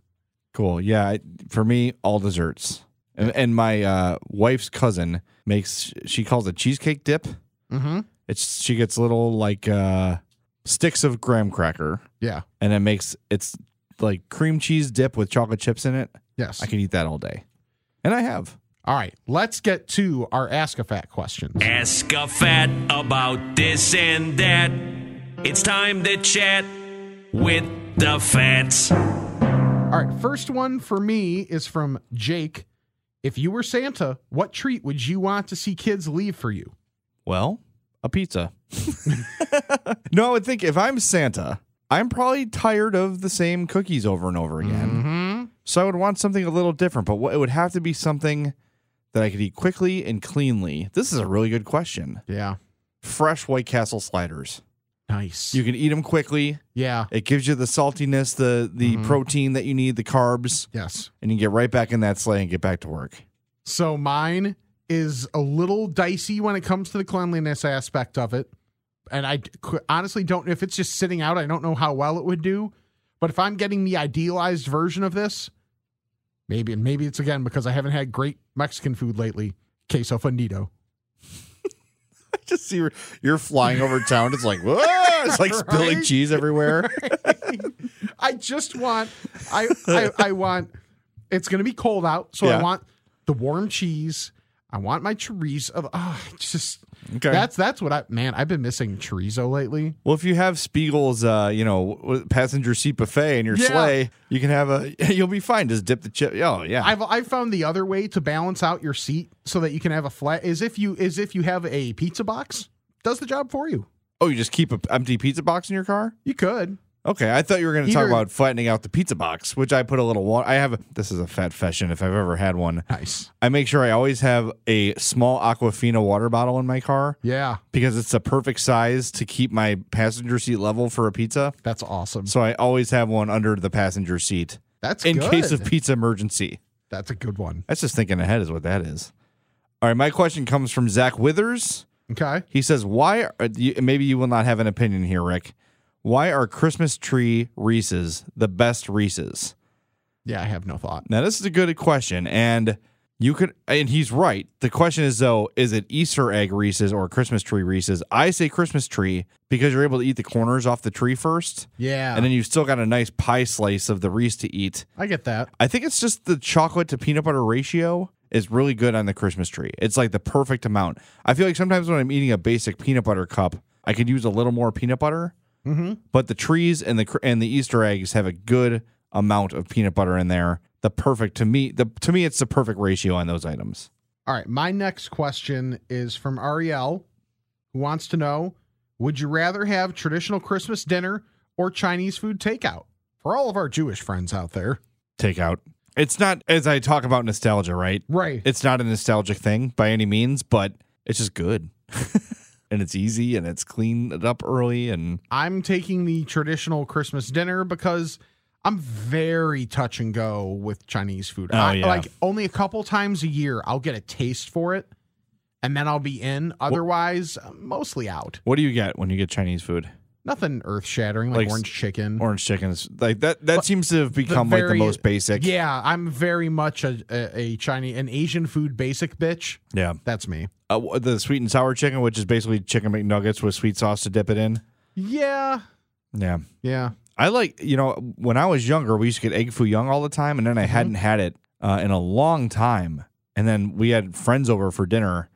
[SPEAKER 2] Cool. Yeah, I, for me, all desserts. And, and my uh, wife's cousin makes she calls it cheesecake dip.
[SPEAKER 1] Mm-hmm.
[SPEAKER 2] It's she gets little like uh, sticks of graham cracker
[SPEAKER 1] Yeah.
[SPEAKER 2] and it makes it's like cream cheese dip with chocolate chips in it.
[SPEAKER 1] Yes.
[SPEAKER 2] I can eat that all day, and I have.
[SPEAKER 1] All right. Let's get to our ask a fat questions.
[SPEAKER 3] Ask a fat about this and that. It's time to chat with the fats.
[SPEAKER 1] All right. First one for me is from Jake. If you were Santa, what treat would you want to see kids leave for you?
[SPEAKER 2] Well, a pizza. no, I would think if I'm Santa, I'm probably tired of the same cookies over and over again. So I would want something a little different, but what, it would have to be something that I could eat quickly and cleanly. This is a really good question.
[SPEAKER 1] Yeah.
[SPEAKER 2] Fresh White Castle sliders.
[SPEAKER 1] Nice.
[SPEAKER 2] You can eat them quickly.
[SPEAKER 1] yeah.
[SPEAKER 2] It gives you the saltiness, the the protein that you need, the carbs,
[SPEAKER 1] Yes.
[SPEAKER 2] and you can get right back in that sleigh and get back to work.
[SPEAKER 1] So mine is a little dicey when it comes to the cleanliness aspect of it. And I qu- honestly don't if it's just sitting out, I don't know how well it would do. But if I'm getting the idealized version of this, maybe and maybe it's again because I haven't had great Mexican food lately. Queso fundido.
[SPEAKER 2] I just see you're- you're flying over town. It's like whoa! It's like spilling
[SPEAKER 1] Right?
[SPEAKER 2] cheese everywhere.
[SPEAKER 1] I just want I I, I want it's gonna be cold out, so
[SPEAKER 2] Yeah.
[SPEAKER 1] I want the warm cheese. I want my chorizo. Oh, just
[SPEAKER 2] Okay.
[SPEAKER 1] That's that's what I man. I've been missing chorizo lately.
[SPEAKER 2] Well, if you have Spiegel's, uh, you know, w- passenger seat buffet in your
[SPEAKER 1] Yeah.
[SPEAKER 2] sleigh, you can have a. You'll be fine. Just dip the chip. Oh yeah.
[SPEAKER 1] I've I've found the other way to balance out your seat so that you can have a flat is if you is if you have a pizza box does the job for you.
[SPEAKER 2] oh, you just keep an empty pizza box in your car.
[SPEAKER 1] You could.
[SPEAKER 2] Okay, I thought you were going to talk
[SPEAKER 1] Either-
[SPEAKER 2] about flattening out the pizza box, which I put a little water. I have this is a fat fashion if I've ever had one.
[SPEAKER 1] Nice.
[SPEAKER 2] I make sure I always have a small Aquafina water bottle in my car
[SPEAKER 1] Yeah,
[SPEAKER 2] because it's the perfect size to keep my passenger seat level for a pizza.
[SPEAKER 1] that's awesome.
[SPEAKER 2] So I always have one under the passenger seat
[SPEAKER 1] That's
[SPEAKER 2] in
[SPEAKER 1] good.
[SPEAKER 2] case of pizza emergency.
[SPEAKER 1] That's a good one.
[SPEAKER 2] That's just thinking ahead, is what that is. All right, my question comes from Zach Withers.
[SPEAKER 1] Okay.
[SPEAKER 2] He says, "Why? Are, uh, you- maybe you will not have an opinion here, Rick. Why are Christmas tree Reese's the best Reese's?"
[SPEAKER 1] Yeah, I have no thought.
[SPEAKER 2] Now this is a good question, and you could, and he's right. The question is though, is it Easter egg Reese's or Christmas tree Reese's? I say Christmas tree because you're able to eat the corners off the tree first,
[SPEAKER 1] Yeah.
[SPEAKER 2] and then you've still got a nice pie slice of the Reese to eat.
[SPEAKER 1] I get that.
[SPEAKER 2] I think it's just the chocolate to peanut butter ratio is really good on the Christmas tree. It's like the perfect amount. I feel like sometimes when I'm eating a basic peanut butter cup, I could use a little more peanut butter. Mm-hmm. But the trees and the cr- and the Easter eggs have a good amount of peanut butter in there. The perfect to me the to me it's the perfect ratio on those items.
[SPEAKER 1] All right, my next question is from Ariel who wants to know, would you rather have traditional Christmas dinner or Chinese food takeout? For all of our Jewish friends out there.
[SPEAKER 2] Takeout. It's not as I talk about nostalgia, right?
[SPEAKER 1] Right.
[SPEAKER 2] It's not a nostalgic thing by any means, but it's just good. and it's easy and it's cleaned up early and
[SPEAKER 1] I'm taking the traditional Christmas dinner because I'm very touch and go with Chinese food.
[SPEAKER 2] Oh,
[SPEAKER 1] I,
[SPEAKER 2] yeah.
[SPEAKER 1] Like only a couple times a year, I'll get a taste for it, and then I'll be in. Otherwise, I'm mostly out.
[SPEAKER 2] What do you get when you get Chinese food?
[SPEAKER 1] Nothing earth shattering like,
[SPEAKER 2] Like s-
[SPEAKER 1] orange chicken.
[SPEAKER 2] Orange chickens, like that. That seems to have become like the
[SPEAKER 1] Hmm. very-
[SPEAKER 2] most basic.
[SPEAKER 1] yeah, I'm very much a, a, a Chinese, an Asian food basic bitch.
[SPEAKER 2] yeah.
[SPEAKER 1] That's me.
[SPEAKER 2] Uh, w- the sweet and sour chicken, which is basically chicken McNuggets with sweet sauce to dip it in.
[SPEAKER 1] Yeah,
[SPEAKER 2] Yeah,
[SPEAKER 1] yeah.
[SPEAKER 2] I like. You know, when I was younger, we used to get egg foo young all the time, and then I
[SPEAKER 1] Mm-hmm.
[SPEAKER 2] hadn't had it uh, in a long time. And then we had friends over for dinner,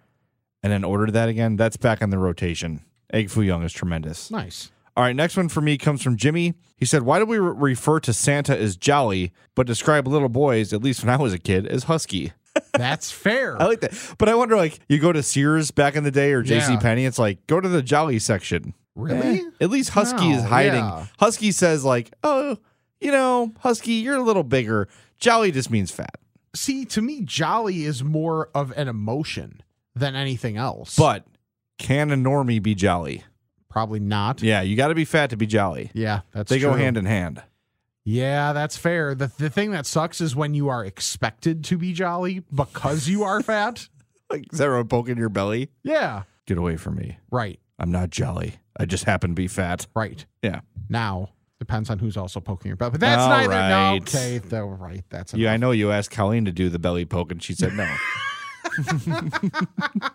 [SPEAKER 2] and then ordered that again. That's back on the rotation. Egg foo young is tremendous.
[SPEAKER 1] Nice.
[SPEAKER 2] All right, next one for me comes from Jimmy. He said, "Why do we re- refer to Santa as jolly, but describe little boys, at least when I was a kid, as husky?"
[SPEAKER 1] That's fair.
[SPEAKER 2] I like that. But I wonder, like, you go to Sears back in the day or
[SPEAKER 1] Yeah.
[SPEAKER 2] J.C. Penney, it's like go to the jolly section.
[SPEAKER 1] really?
[SPEAKER 2] Eh, At least Husky
[SPEAKER 1] No,
[SPEAKER 2] is hiding.
[SPEAKER 1] yeah.
[SPEAKER 2] Husky says like, oh, you know, Husky, you're a little bigger. Jolly just means fat.
[SPEAKER 1] See, to me, jolly is more of an emotion than anything else.
[SPEAKER 2] But can a normie be jolly?
[SPEAKER 1] probably not.
[SPEAKER 2] Yeah, you got to be fat to be jolly.
[SPEAKER 1] Yeah, that's
[SPEAKER 2] they go
[SPEAKER 1] true.
[SPEAKER 2] hand in hand.
[SPEAKER 1] Yeah, that's fair. The the thing that sucks is when you are expected to be jolly because you are fat.
[SPEAKER 2] Like, is there a poke in your belly?
[SPEAKER 1] yeah.
[SPEAKER 2] Get away from me.
[SPEAKER 1] Right.
[SPEAKER 2] I'm not jolly. I just happen to be fat.
[SPEAKER 1] Right.
[SPEAKER 2] Yeah.
[SPEAKER 1] Now depends on who's also poking your butt, but that's
[SPEAKER 2] All
[SPEAKER 1] neither.
[SPEAKER 2] right.
[SPEAKER 1] No, okay, though. Right. That's
[SPEAKER 2] Yeah, I
[SPEAKER 1] enough.
[SPEAKER 2] know you asked Colleen to do the belly poke, and she said no.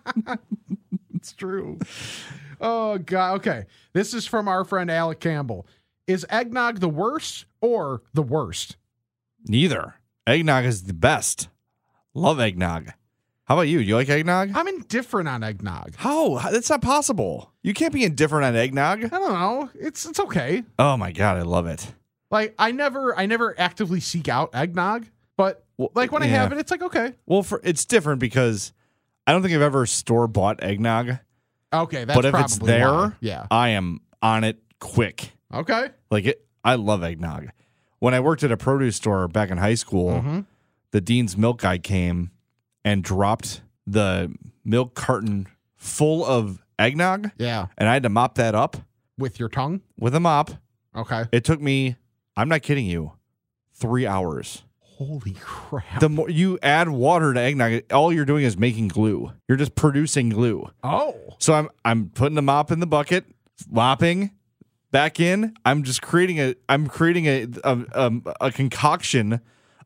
[SPEAKER 1] It's true. oh God. Okay. This is from our friend Alec Campbell. Is eggnog the worst or the worst?
[SPEAKER 2] Neither. Eggnog is the best. Love eggnog. How about you? You like eggnog?
[SPEAKER 1] I'm indifferent on eggnog.
[SPEAKER 2] How? How- That's not possible. You can't be indifferent on eggnog.
[SPEAKER 1] I don't know. It's it's okay.
[SPEAKER 2] Oh my god, I love it.
[SPEAKER 1] Like I never I never actively seek out eggnog, but
[SPEAKER 2] Well,
[SPEAKER 1] like when I
[SPEAKER 2] yeah.
[SPEAKER 1] have it, it's like okay.
[SPEAKER 2] Well, for it's different because I don't think I've ever store bought eggnog,
[SPEAKER 1] Okay, that's
[SPEAKER 2] but if
[SPEAKER 1] probably
[SPEAKER 2] it's there,
[SPEAKER 1] why. yeah.
[SPEAKER 2] I am on it quick.
[SPEAKER 1] Okay.
[SPEAKER 2] Like it, I love eggnog. When I worked at a produce store back in high school,
[SPEAKER 1] Mhm.
[SPEAKER 2] the dean's milk guy came and dropped the milk carton full of eggnog,
[SPEAKER 1] Yeah,
[SPEAKER 2] and I had to mop that up
[SPEAKER 1] with your tongue.
[SPEAKER 2] with a mop.
[SPEAKER 1] Okay.
[SPEAKER 2] It took me, I'm not kidding you, three hours.
[SPEAKER 1] Holy crap.
[SPEAKER 2] The more you add water to eggnog, all you're doing is making glue. You're just producing glue.
[SPEAKER 1] oh,
[SPEAKER 2] So I'm I'm putting the mop in the bucket, mopping, back in. I'm just creating a I'm creating a a, a, a concoction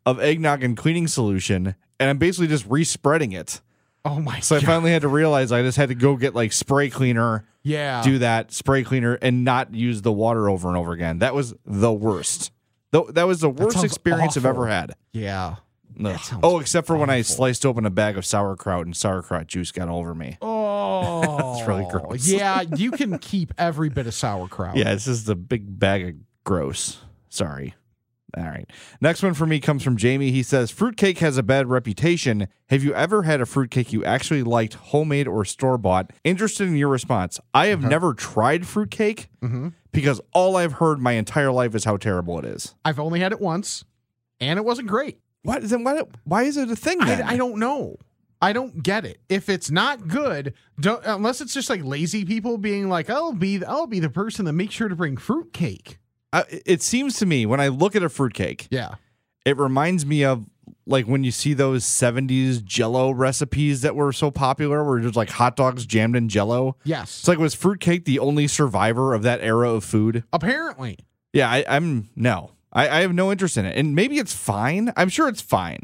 [SPEAKER 2] of eggnog and cleaning solution, and I'm basically just respreading it.
[SPEAKER 1] oh my
[SPEAKER 2] So I
[SPEAKER 1] god.
[SPEAKER 2] finally had to realize I just had to go get like spray cleaner,
[SPEAKER 1] yeah.
[SPEAKER 2] do that spray cleaner, and not use the water over and over again. That was the worst. Tho- That was the worst
[SPEAKER 1] sounds
[SPEAKER 2] experience I've
[SPEAKER 1] awful.
[SPEAKER 2] ever had.
[SPEAKER 1] Yeah.
[SPEAKER 2] Ugh. Oh, except for when I sliced open a bag of sauerkraut and sauerkraut juice got all over me.
[SPEAKER 1] Oh,
[SPEAKER 2] That's really gross.
[SPEAKER 1] Yeah, you can keep every bit of sauerkraut.
[SPEAKER 2] Yeah, this is the big bag of gross. Sorry. All right. Next one for me comes from Jamie. He says, Fruitcake has a bad reputation. Have you ever had a fruitcake you actually liked, homemade or store bought? Interested in your response. I have
[SPEAKER 1] Uh-huh.
[SPEAKER 2] never tried fruitcake
[SPEAKER 1] Mm-hmm.
[SPEAKER 2] because all I've heard my entire life is how terrible it is.
[SPEAKER 1] I've only had it once, and it wasn't great.
[SPEAKER 2] What? Then why, why is it a thing? Then?
[SPEAKER 1] I, I don't know. I don't get it. If it's not good, don't, unless it's just like lazy people being like, "I'll be, I'll be the person that makes sure to bring fruitcake."
[SPEAKER 2] I, it seems to me when I look at a fruitcake,
[SPEAKER 1] Yeah,
[SPEAKER 2] it reminds me of like when you see those 70s jello recipes that were so popular where just like hot dogs jammed in jello.
[SPEAKER 1] yes.
[SPEAKER 2] It's like was fruitcake the only survivor of that era of food?
[SPEAKER 1] Apparently,
[SPEAKER 2] Yeah, I, I'm no. I, I have no interest in it. And maybe it's fine. I'm sure it's fine.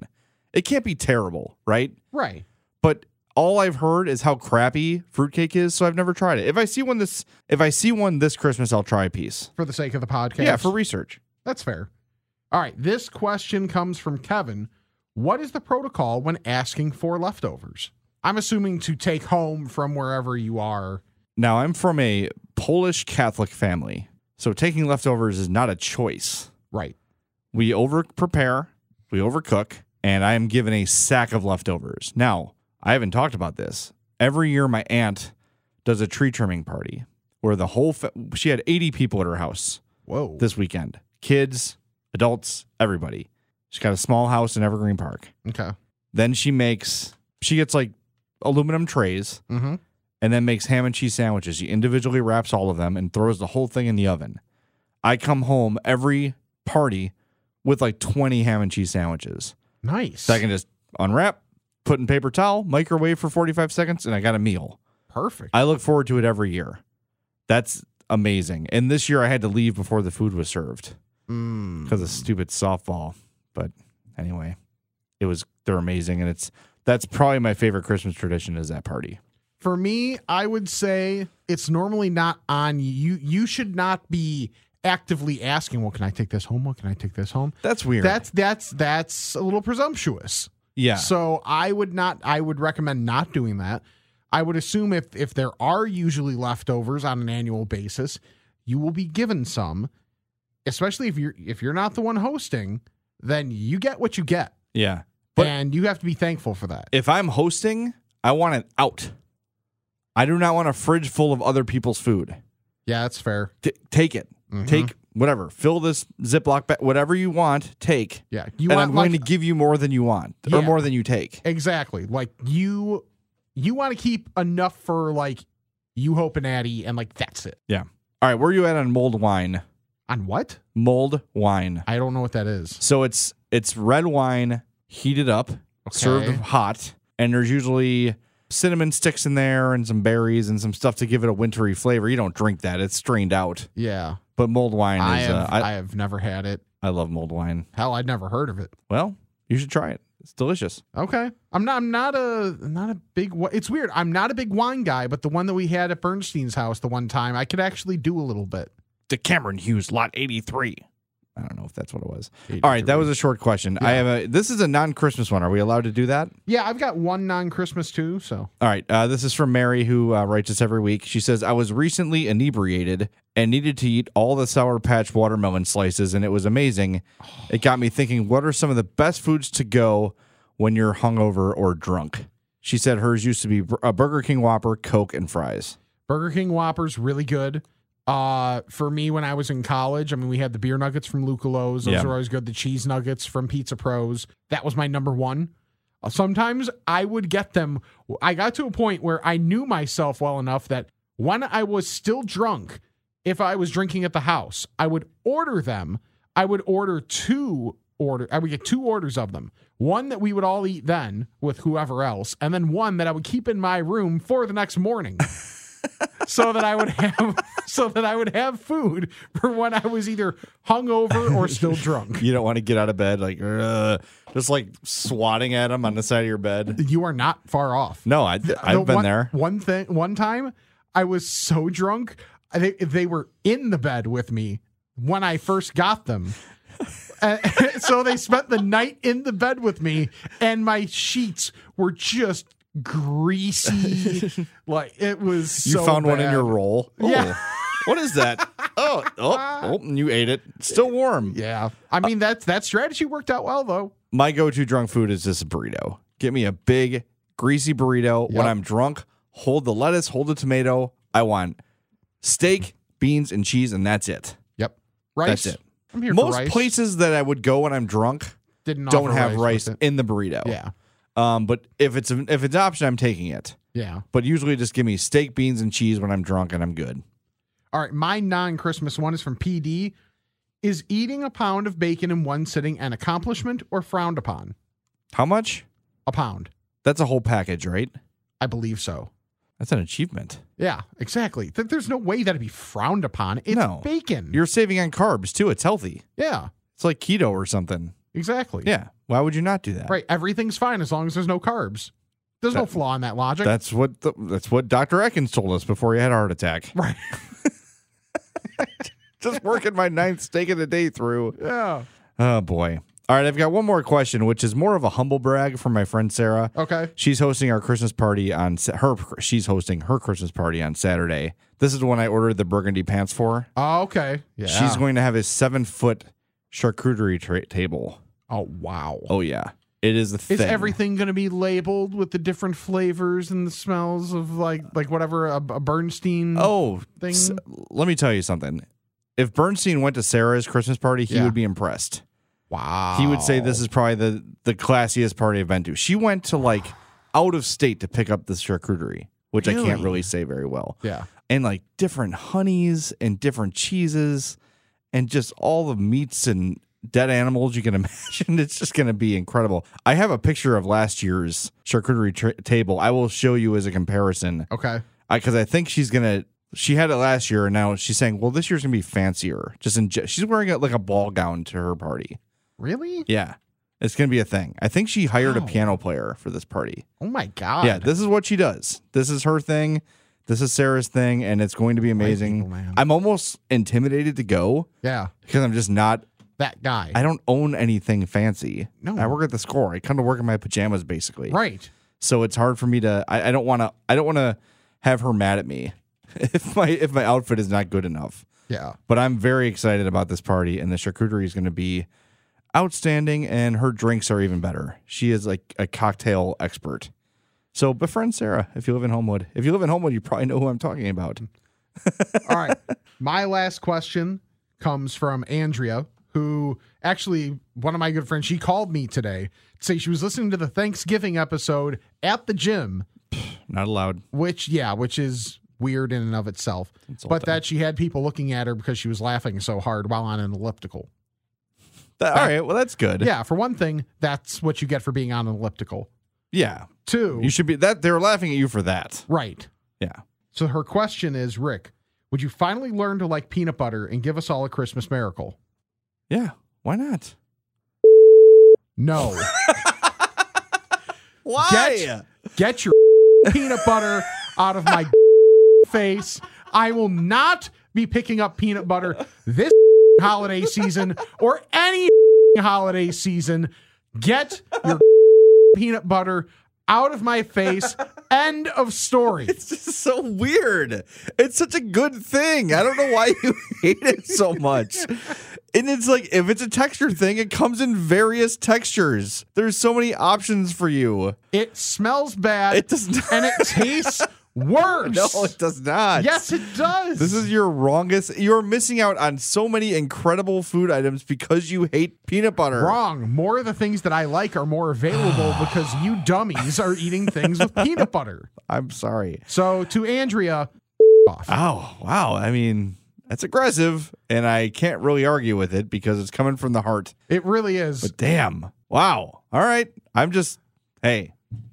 [SPEAKER 2] It can't be terrible, right?
[SPEAKER 1] right?
[SPEAKER 2] But all I've heard is how crappy fruitcake is, so I've never tried it. If I see one this if I see one this Christmas, I'll try a piece.
[SPEAKER 1] For the sake of the podcast,
[SPEAKER 2] Yeah, for research.
[SPEAKER 1] That's fair. All right. This question comes from Kevin. What is the protocol when asking for leftovers? I'm assuming to take home from wherever you are.
[SPEAKER 2] Now, I'm from a Polish Catholic family, so taking leftovers is not a choice.
[SPEAKER 1] Right.
[SPEAKER 2] We over prepare, we overcook, and I am given a sack of leftovers. Now, I haven't talked about this. Every year, my aunt does a tree trimming party where the whole fa- she had 80 people at her house
[SPEAKER 1] Whoa.
[SPEAKER 2] this weekend kids, adults, everybody. She's got a small house in Evergreen Park.
[SPEAKER 1] okay.
[SPEAKER 2] Then she makes, she gets like aluminum trays
[SPEAKER 1] Mm-hmm.
[SPEAKER 2] and then makes ham and cheese sandwiches. She individually wraps all of them and throws the whole thing in the oven. I come home every party with like 20 ham and cheese sandwiches.
[SPEAKER 1] Nice.
[SPEAKER 2] So I can just unwrap, put in paper towel, microwave for 45 seconds, and I got a meal.
[SPEAKER 1] Perfect.
[SPEAKER 2] I look forward to it every year. That's amazing. And this year I had to leave before the food was served
[SPEAKER 1] Mm.
[SPEAKER 2] because of stupid softball. But anyway, it was they're amazing and it's that's probably my favorite Christmas tradition is that party.
[SPEAKER 1] For me, I would say it's normally not on you. You should not be actively asking, "Well, can I take this home? Well, can I take this home?"
[SPEAKER 2] That's weird.
[SPEAKER 1] That's that's that's a little presumptuous.
[SPEAKER 2] yeah.
[SPEAKER 1] So I would not. I would recommend not doing that. I would assume if if there are usually leftovers on an annual basis, you will be given some. Especially if you're if you're not the one hosting, then you get what you get,
[SPEAKER 2] yeah. But-
[SPEAKER 1] and you have to be thankful for that.
[SPEAKER 2] if I'm hosting, I want it out. I do not want a fridge full of other people's food.
[SPEAKER 1] Yeah, that's fair. Mm-hmm.
[SPEAKER 2] T- take it. Take whatever. Fill this Ziploc bag, whatever you want, take.
[SPEAKER 1] Yeah, you
[SPEAKER 2] and
[SPEAKER 1] want
[SPEAKER 2] I'm going
[SPEAKER 1] like-
[SPEAKER 2] to give you more than you want
[SPEAKER 1] Yeah.
[SPEAKER 2] or more than you take.
[SPEAKER 1] Exactly. Like you you want to keep enough for like you hope and Addy and like that's it.
[SPEAKER 2] Yeah. All right. Where are you at on mold wine?
[SPEAKER 1] On what?
[SPEAKER 2] Mold wine.
[SPEAKER 1] I don't know what that is.
[SPEAKER 2] So it's it's red wine heated up, served
[SPEAKER 1] Okay.
[SPEAKER 2] hot, and there's usually cinnamon sticks in there and some berries and some stuff to give it a wintry flavor. You don't drink that; it's strained out.
[SPEAKER 1] Yeah.
[SPEAKER 2] But mold wine
[SPEAKER 1] I
[SPEAKER 2] is.
[SPEAKER 1] have
[SPEAKER 2] uh,
[SPEAKER 1] I,
[SPEAKER 2] I,
[SPEAKER 1] have never had it.
[SPEAKER 2] I love mold wine.
[SPEAKER 1] Hell, I'd never heard of it.
[SPEAKER 2] Well, you should try it. It's delicious.
[SPEAKER 1] Okay. I'm not I'm not a not a big wi- it's weird. I'm not a big wine guy, but the one that we had at Bernstein's house the one time, I could actually do a little bit.
[SPEAKER 2] The Cameron Hughes Lot 83. I don't know if that's what it was. All right, that was a short question. I have a this is a non-Christmas one. Are we allowed to do that?
[SPEAKER 1] Yeah, I've got one non-Christmas too, so.
[SPEAKER 2] All right. Uh, this is from Mary, who uh, writes us every week. She says, I was recently inebriated and needed to eat all the Sour Patch watermelon slices, and it was amazing. It got me thinking, what are some of the best foods to go when you're hungover or drunk? She said hers used to be bur- a Burger King Whopper, Coke, and fries.
[SPEAKER 1] Burger King Whoppers really good. Uh, for me, when I was in college, I mean, we had the beer nuggets from Lucalo's; those
[SPEAKER 2] Yeah.
[SPEAKER 1] were always good. The cheese nuggets from Pizza Pros. That was my number one. Uh, Sometimes I would get them. I got to a point where I knew myself well enough that when I was still drunk, if I was drinking at the house, I would order them. I would order two order. I would get two orders of them. One that we would all eat then with whoever else, and then one that I would keep in my room for the next morning so that I would have so that I would have food for when I was either hungover or still drunk.
[SPEAKER 2] You don't want to get out of bed, like, uh, just like swatting at them on the side of your bed.
[SPEAKER 1] You are not far off.
[SPEAKER 2] No, I,
[SPEAKER 1] The
[SPEAKER 2] I've been
[SPEAKER 1] one,
[SPEAKER 2] there.
[SPEAKER 1] One thing, one time, I was so drunk. They they were in the bed with me when I first got them. Uh, so they spent the night in the bed with me, and my sheets were just greasy. like it was.
[SPEAKER 2] You
[SPEAKER 1] so
[SPEAKER 2] found one in
[SPEAKER 1] bad.
[SPEAKER 2] your roll. Oh,
[SPEAKER 1] Yeah.
[SPEAKER 2] what is that? Oh, oh, oh, and you ate it. Still warm.
[SPEAKER 1] Yeah, I mean that that strategy worked out well though.
[SPEAKER 2] My go-to drunk food is just a burrito. Get me a big greasy burrito when
[SPEAKER 1] Yep.
[SPEAKER 2] I'm drunk. Hold the lettuce, hold the tomato. I want steak, beans, and cheese, and that's it.
[SPEAKER 1] Yep, rice.
[SPEAKER 2] That's it.
[SPEAKER 1] I'm here
[SPEAKER 2] Most
[SPEAKER 1] for rice.
[SPEAKER 2] places that I would go when I'm drunk
[SPEAKER 1] Didn't
[SPEAKER 2] don't
[SPEAKER 1] offer
[SPEAKER 2] have rice,
[SPEAKER 1] with it.
[SPEAKER 2] in the burrito.
[SPEAKER 1] Yeah,
[SPEAKER 2] Um, but if it's an, if it's an option, I'm taking it.
[SPEAKER 1] yeah.
[SPEAKER 2] But usually, just give me steak, beans, and cheese when I'm drunk, and I'm good.
[SPEAKER 1] All right, my non-Christmas one is from PD. Is eating a pound of bacon in one sitting an accomplishment or frowned upon?
[SPEAKER 2] How much?
[SPEAKER 1] A pound,
[SPEAKER 2] That's a whole package, right?
[SPEAKER 1] I believe so.
[SPEAKER 2] That's an achievement.
[SPEAKER 1] Yeah, exactly. Th- there's no way that'd be frowned upon. It's
[SPEAKER 2] No.
[SPEAKER 1] bacon.
[SPEAKER 2] You're saving on carbs too. It's healthy.
[SPEAKER 1] yeah,
[SPEAKER 2] It's like keto or something.
[SPEAKER 1] exactly.
[SPEAKER 2] Yeah. Why would you not do that?
[SPEAKER 1] Right. Everything's fine as long as there's no carbs. There's no
[SPEAKER 2] That-
[SPEAKER 1] flaw in that logic.
[SPEAKER 2] That's what the, that's what Dr. Atkins told us before he had a heart attack.
[SPEAKER 1] right.
[SPEAKER 2] Just working my ninth steak of the day through.
[SPEAKER 1] Yeah.
[SPEAKER 2] Oh boy. All right, I've got one more question, which is more of a humble brag from my friend Sarah.
[SPEAKER 1] Okay.
[SPEAKER 2] She's hosting our Christmas party on Sa- her. She's hosting her Christmas party on Saturday. This is the one I ordered the burgundy pants for.
[SPEAKER 1] Oh, okay. Yeah.
[SPEAKER 2] She's going to have a seven foot charcuterie tra- table.
[SPEAKER 1] Oh wow.
[SPEAKER 2] Oh yeah, it is the
[SPEAKER 1] Is
[SPEAKER 2] thing.
[SPEAKER 1] everything going to be labeled with the different flavors and the smells of like like whatever a, a Bernstein?
[SPEAKER 2] Oh,
[SPEAKER 1] thing?
[SPEAKER 2] s- let me tell you something. If Bernstein went to Sarah's Christmas party, he
[SPEAKER 1] Yeah.
[SPEAKER 2] would be impressed.
[SPEAKER 1] wow.
[SPEAKER 2] He would say this
[SPEAKER 1] Oh.
[SPEAKER 2] is probably the the classiest party I've been to. She went to like out of state to pick up this charcuterie, which I can't
[SPEAKER 1] Really?
[SPEAKER 2] really say very well.
[SPEAKER 1] Yeah.
[SPEAKER 2] And like different honeys and different cheeses and just all the meats and dead animals you can imagine. It's just going to be incredible. I have a picture of last year's charcuterie tra- table. I will show you as a comparison
[SPEAKER 1] Okay.
[SPEAKER 2] because I, think she's gonna. She had it last year, and now she's saying, "Well, this year's gonna be fancier." Just in, ge- she's wearing a, like a ball gown to her party.
[SPEAKER 1] Really?
[SPEAKER 2] Yeah, it's gonna be a thing. I think she hired a
[SPEAKER 1] Wow.
[SPEAKER 2] piano player for this party.
[SPEAKER 1] Oh my god.
[SPEAKER 2] Yeah, this is what she does. This is her thing. This is Sarah's thing, and it's going to be amazing.
[SPEAKER 1] people, man.
[SPEAKER 2] I'm almost intimidated to go
[SPEAKER 1] yeah.
[SPEAKER 2] because I'm just not.
[SPEAKER 1] That guy.
[SPEAKER 2] I don't own anything fancy.
[SPEAKER 1] No.
[SPEAKER 2] I work at the score. I come to work in my pajamas basically.
[SPEAKER 1] right.
[SPEAKER 2] So it's hard for me to. I, I don't want to. I don't want to have her mad at me if my if my outfit is not good enough.
[SPEAKER 1] Yeah.
[SPEAKER 2] But I'm very excited about this party, and the charcuterie is going to be outstanding, and her drinks are even better. She is like a cocktail expert. So befriend Sarah if you live in Homewood. If you live in Homewood, you probably know who I'm talking about.
[SPEAKER 1] All right. My last question comes from Andrea, who actually, one of my good friends, she called me today to say she was listening to the Thanksgiving episode at the gym,
[SPEAKER 2] Not allowed.
[SPEAKER 1] which, yeah, which is weird in and of itself, but that she had people looking at her because she was laughing so hard while on an elliptical.
[SPEAKER 2] That- all right. Well, that's good.
[SPEAKER 1] Yeah, for one thing, that's what you get for being on an elliptical.
[SPEAKER 2] Yeah.
[SPEAKER 1] Two,
[SPEAKER 2] You should be that. They're laughing at you for that.
[SPEAKER 1] right.
[SPEAKER 2] Yeah.
[SPEAKER 1] So her question is Rick, would you finally learn to like peanut butter and give us all a Christmas miracle?
[SPEAKER 2] Yeah. Why not?
[SPEAKER 1] No.
[SPEAKER 2] Why?
[SPEAKER 1] Get- get your peanut butter out of my face. I will not be picking up peanut butter this holiday season or any holiday season. Get your peanut butter out of my face. End of story.
[SPEAKER 2] It's just so weird. It's such a good thing. I don't know why you hate it so much. And it's like if it's a texture thing, it comes in various textures. There's so many options for you.
[SPEAKER 1] It smells bad
[SPEAKER 2] It does not.
[SPEAKER 1] and it tastes worse.
[SPEAKER 2] No, it does not.
[SPEAKER 1] yes, it does.
[SPEAKER 2] This is your wrongest. You're missing out on so many incredible food items because you hate peanut butter.
[SPEAKER 1] Wrong. More of the things that I like are more available because you dummies are eating things with peanut butter.
[SPEAKER 2] I'm sorry.
[SPEAKER 1] So to Andrea, off.
[SPEAKER 2] Oh, wow. I mean, that's aggressive, and I can't really argue with it because it's coming from the heart.
[SPEAKER 1] It really is.
[SPEAKER 2] But damn, wow. All right, I'm just hey,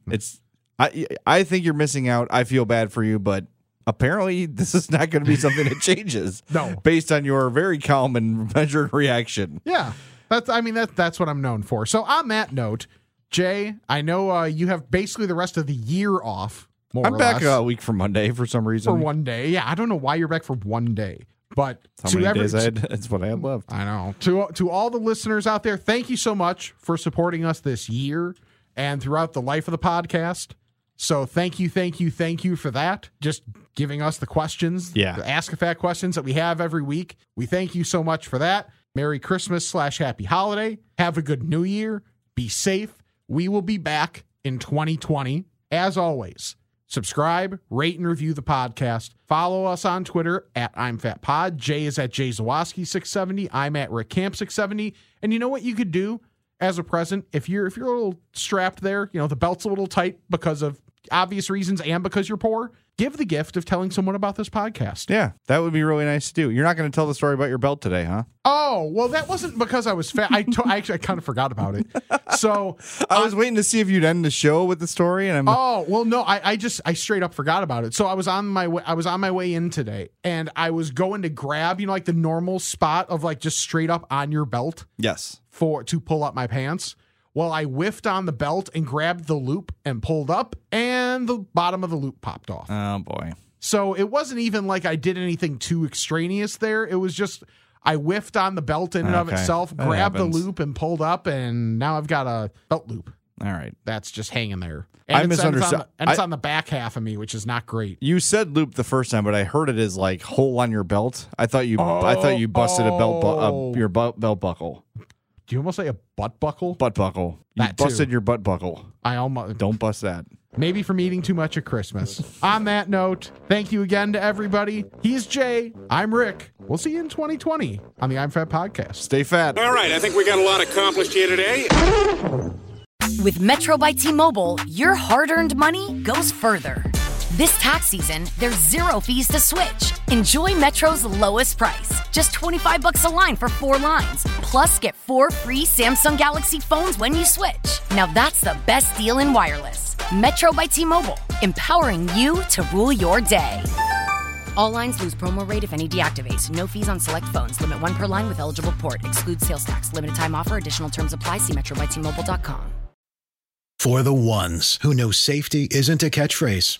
[SPEAKER 2] it's I I think you're missing out. I feel bad for you, but apparently this is not going to be something that changes.
[SPEAKER 1] No.
[SPEAKER 2] based on your very calm and measured reaction.
[SPEAKER 1] yeah, that's. I mean, that's that's what I'm known for. So on that note, Jay, I know uh, you have basically the rest of the year off. More
[SPEAKER 2] I'm
[SPEAKER 1] or
[SPEAKER 2] back uh,
[SPEAKER 1] less,
[SPEAKER 2] a week from Monday for some reason.
[SPEAKER 1] for one day. Yeah, I don't know why you're back for one day. But
[SPEAKER 2] How
[SPEAKER 1] to
[SPEAKER 2] many
[SPEAKER 1] every-
[SPEAKER 2] days I had, that's what I had left.
[SPEAKER 1] I know. To to all the listeners out there, thank you so much for supporting us this year and throughout the life of the podcast. So thank you, thank you, thank you for that. Just giving us the questions,
[SPEAKER 2] Yeah.
[SPEAKER 1] the ask a fat questions that we have every week. We thank you so much for that. Merry Christmas slash Happy Holiday. Have a good New Year. Be safe. We will be back in 2020 as always. Subscribe, rate, and review the podcast. Follow us on Twitter at I'm Fat Pod. Jay is at Jay Zawoski 670. I'm at Rick Camp 670. And you know what you could do as a present if you're if you're a little strapped there, you know the belt's a little tight because of obvious reasons and because you're poor. Give the gift of telling someone about this podcast.
[SPEAKER 2] Yeah, that would be really nice to do. You're not going to tell the story about your belt today, huh?
[SPEAKER 1] Oh well, that wasn't because I was fat. I to- I actually I kind of forgot about it. So
[SPEAKER 2] I was waiting to see if you'd end the show with the story, and I'm
[SPEAKER 1] Oh well, no, I, I just I straight up forgot about it. So I was on my way, I was on my way in today, and I was going to grab you know like the normal spot of like just straight up on your belt
[SPEAKER 2] yes,
[SPEAKER 1] for to pull up my pants. Well, I whiffed on the belt and grabbed the loop and pulled up, and the bottom of the loop popped off.
[SPEAKER 2] oh boy,
[SPEAKER 1] So it wasn't even like I did anything too extraneous there. It was just I whiffed on the belt in and of
[SPEAKER 2] Okay,
[SPEAKER 1] itself,
[SPEAKER 2] that
[SPEAKER 1] grabbed the
[SPEAKER 2] happens.
[SPEAKER 1] loop and pulled up, and now I've got a belt loop
[SPEAKER 2] all right.
[SPEAKER 1] that's just hanging there.
[SPEAKER 2] I
[SPEAKER 1] it's-
[SPEAKER 2] misunderstood.
[SPEAKER 1] It's on the, and it's
[SPEAKER 2] I-
[SPEAKER 1] on the back half of me, which is not great.
[SPEAKER 2] You said loop the first time, but I heard it as like hole on your belt. I thought you, I thought you busted a belt, bu-
[SPEAKER 1] Oh.
[SPEAKER 2] a, your bu- belt buckle,
[SPEAKER 1] Do you almost say a butt buckle?
[SPEAKER 2] butt buckle. You
[SPEAKER 1] That too.
[SPEAKER 2] busted your butt buckle.
[SPEAKER 1] I almost
[SPEAKER 2] Don't bust that.
[SPEAKER 1] maybe from eating too much at Christmas. on that note, thank you again to everybody. He's Jay. I'm Rick. We'll see you in 2020 on the I'm Fat Podcast.
[SPEAKER 2] Stay fat.
[SPEAKER 4] All right, I think we got a lot accomplished here today.
[SPEAKER 5] With Metro by T Mobile, your hard earned money goes further. This tax season, there's zero fees to switch. Enjoy Metro's lowest price, just 25 bucks a line for four lines. Plus, get four free Samsung Galaxy phones when you switch. Now that's the best deal in wireless. Metro by T Mobile, empowering you to rule your day. All lines lose promo rate if any deactivates. No fees on select phones. Limit one per line with eligible port. Excludes sales tax. Limited time offer. Additional terms apply. See Metro by T-Mobile.com.
[SPEAKER 6] For the ones who know safety isn't a catchphrase,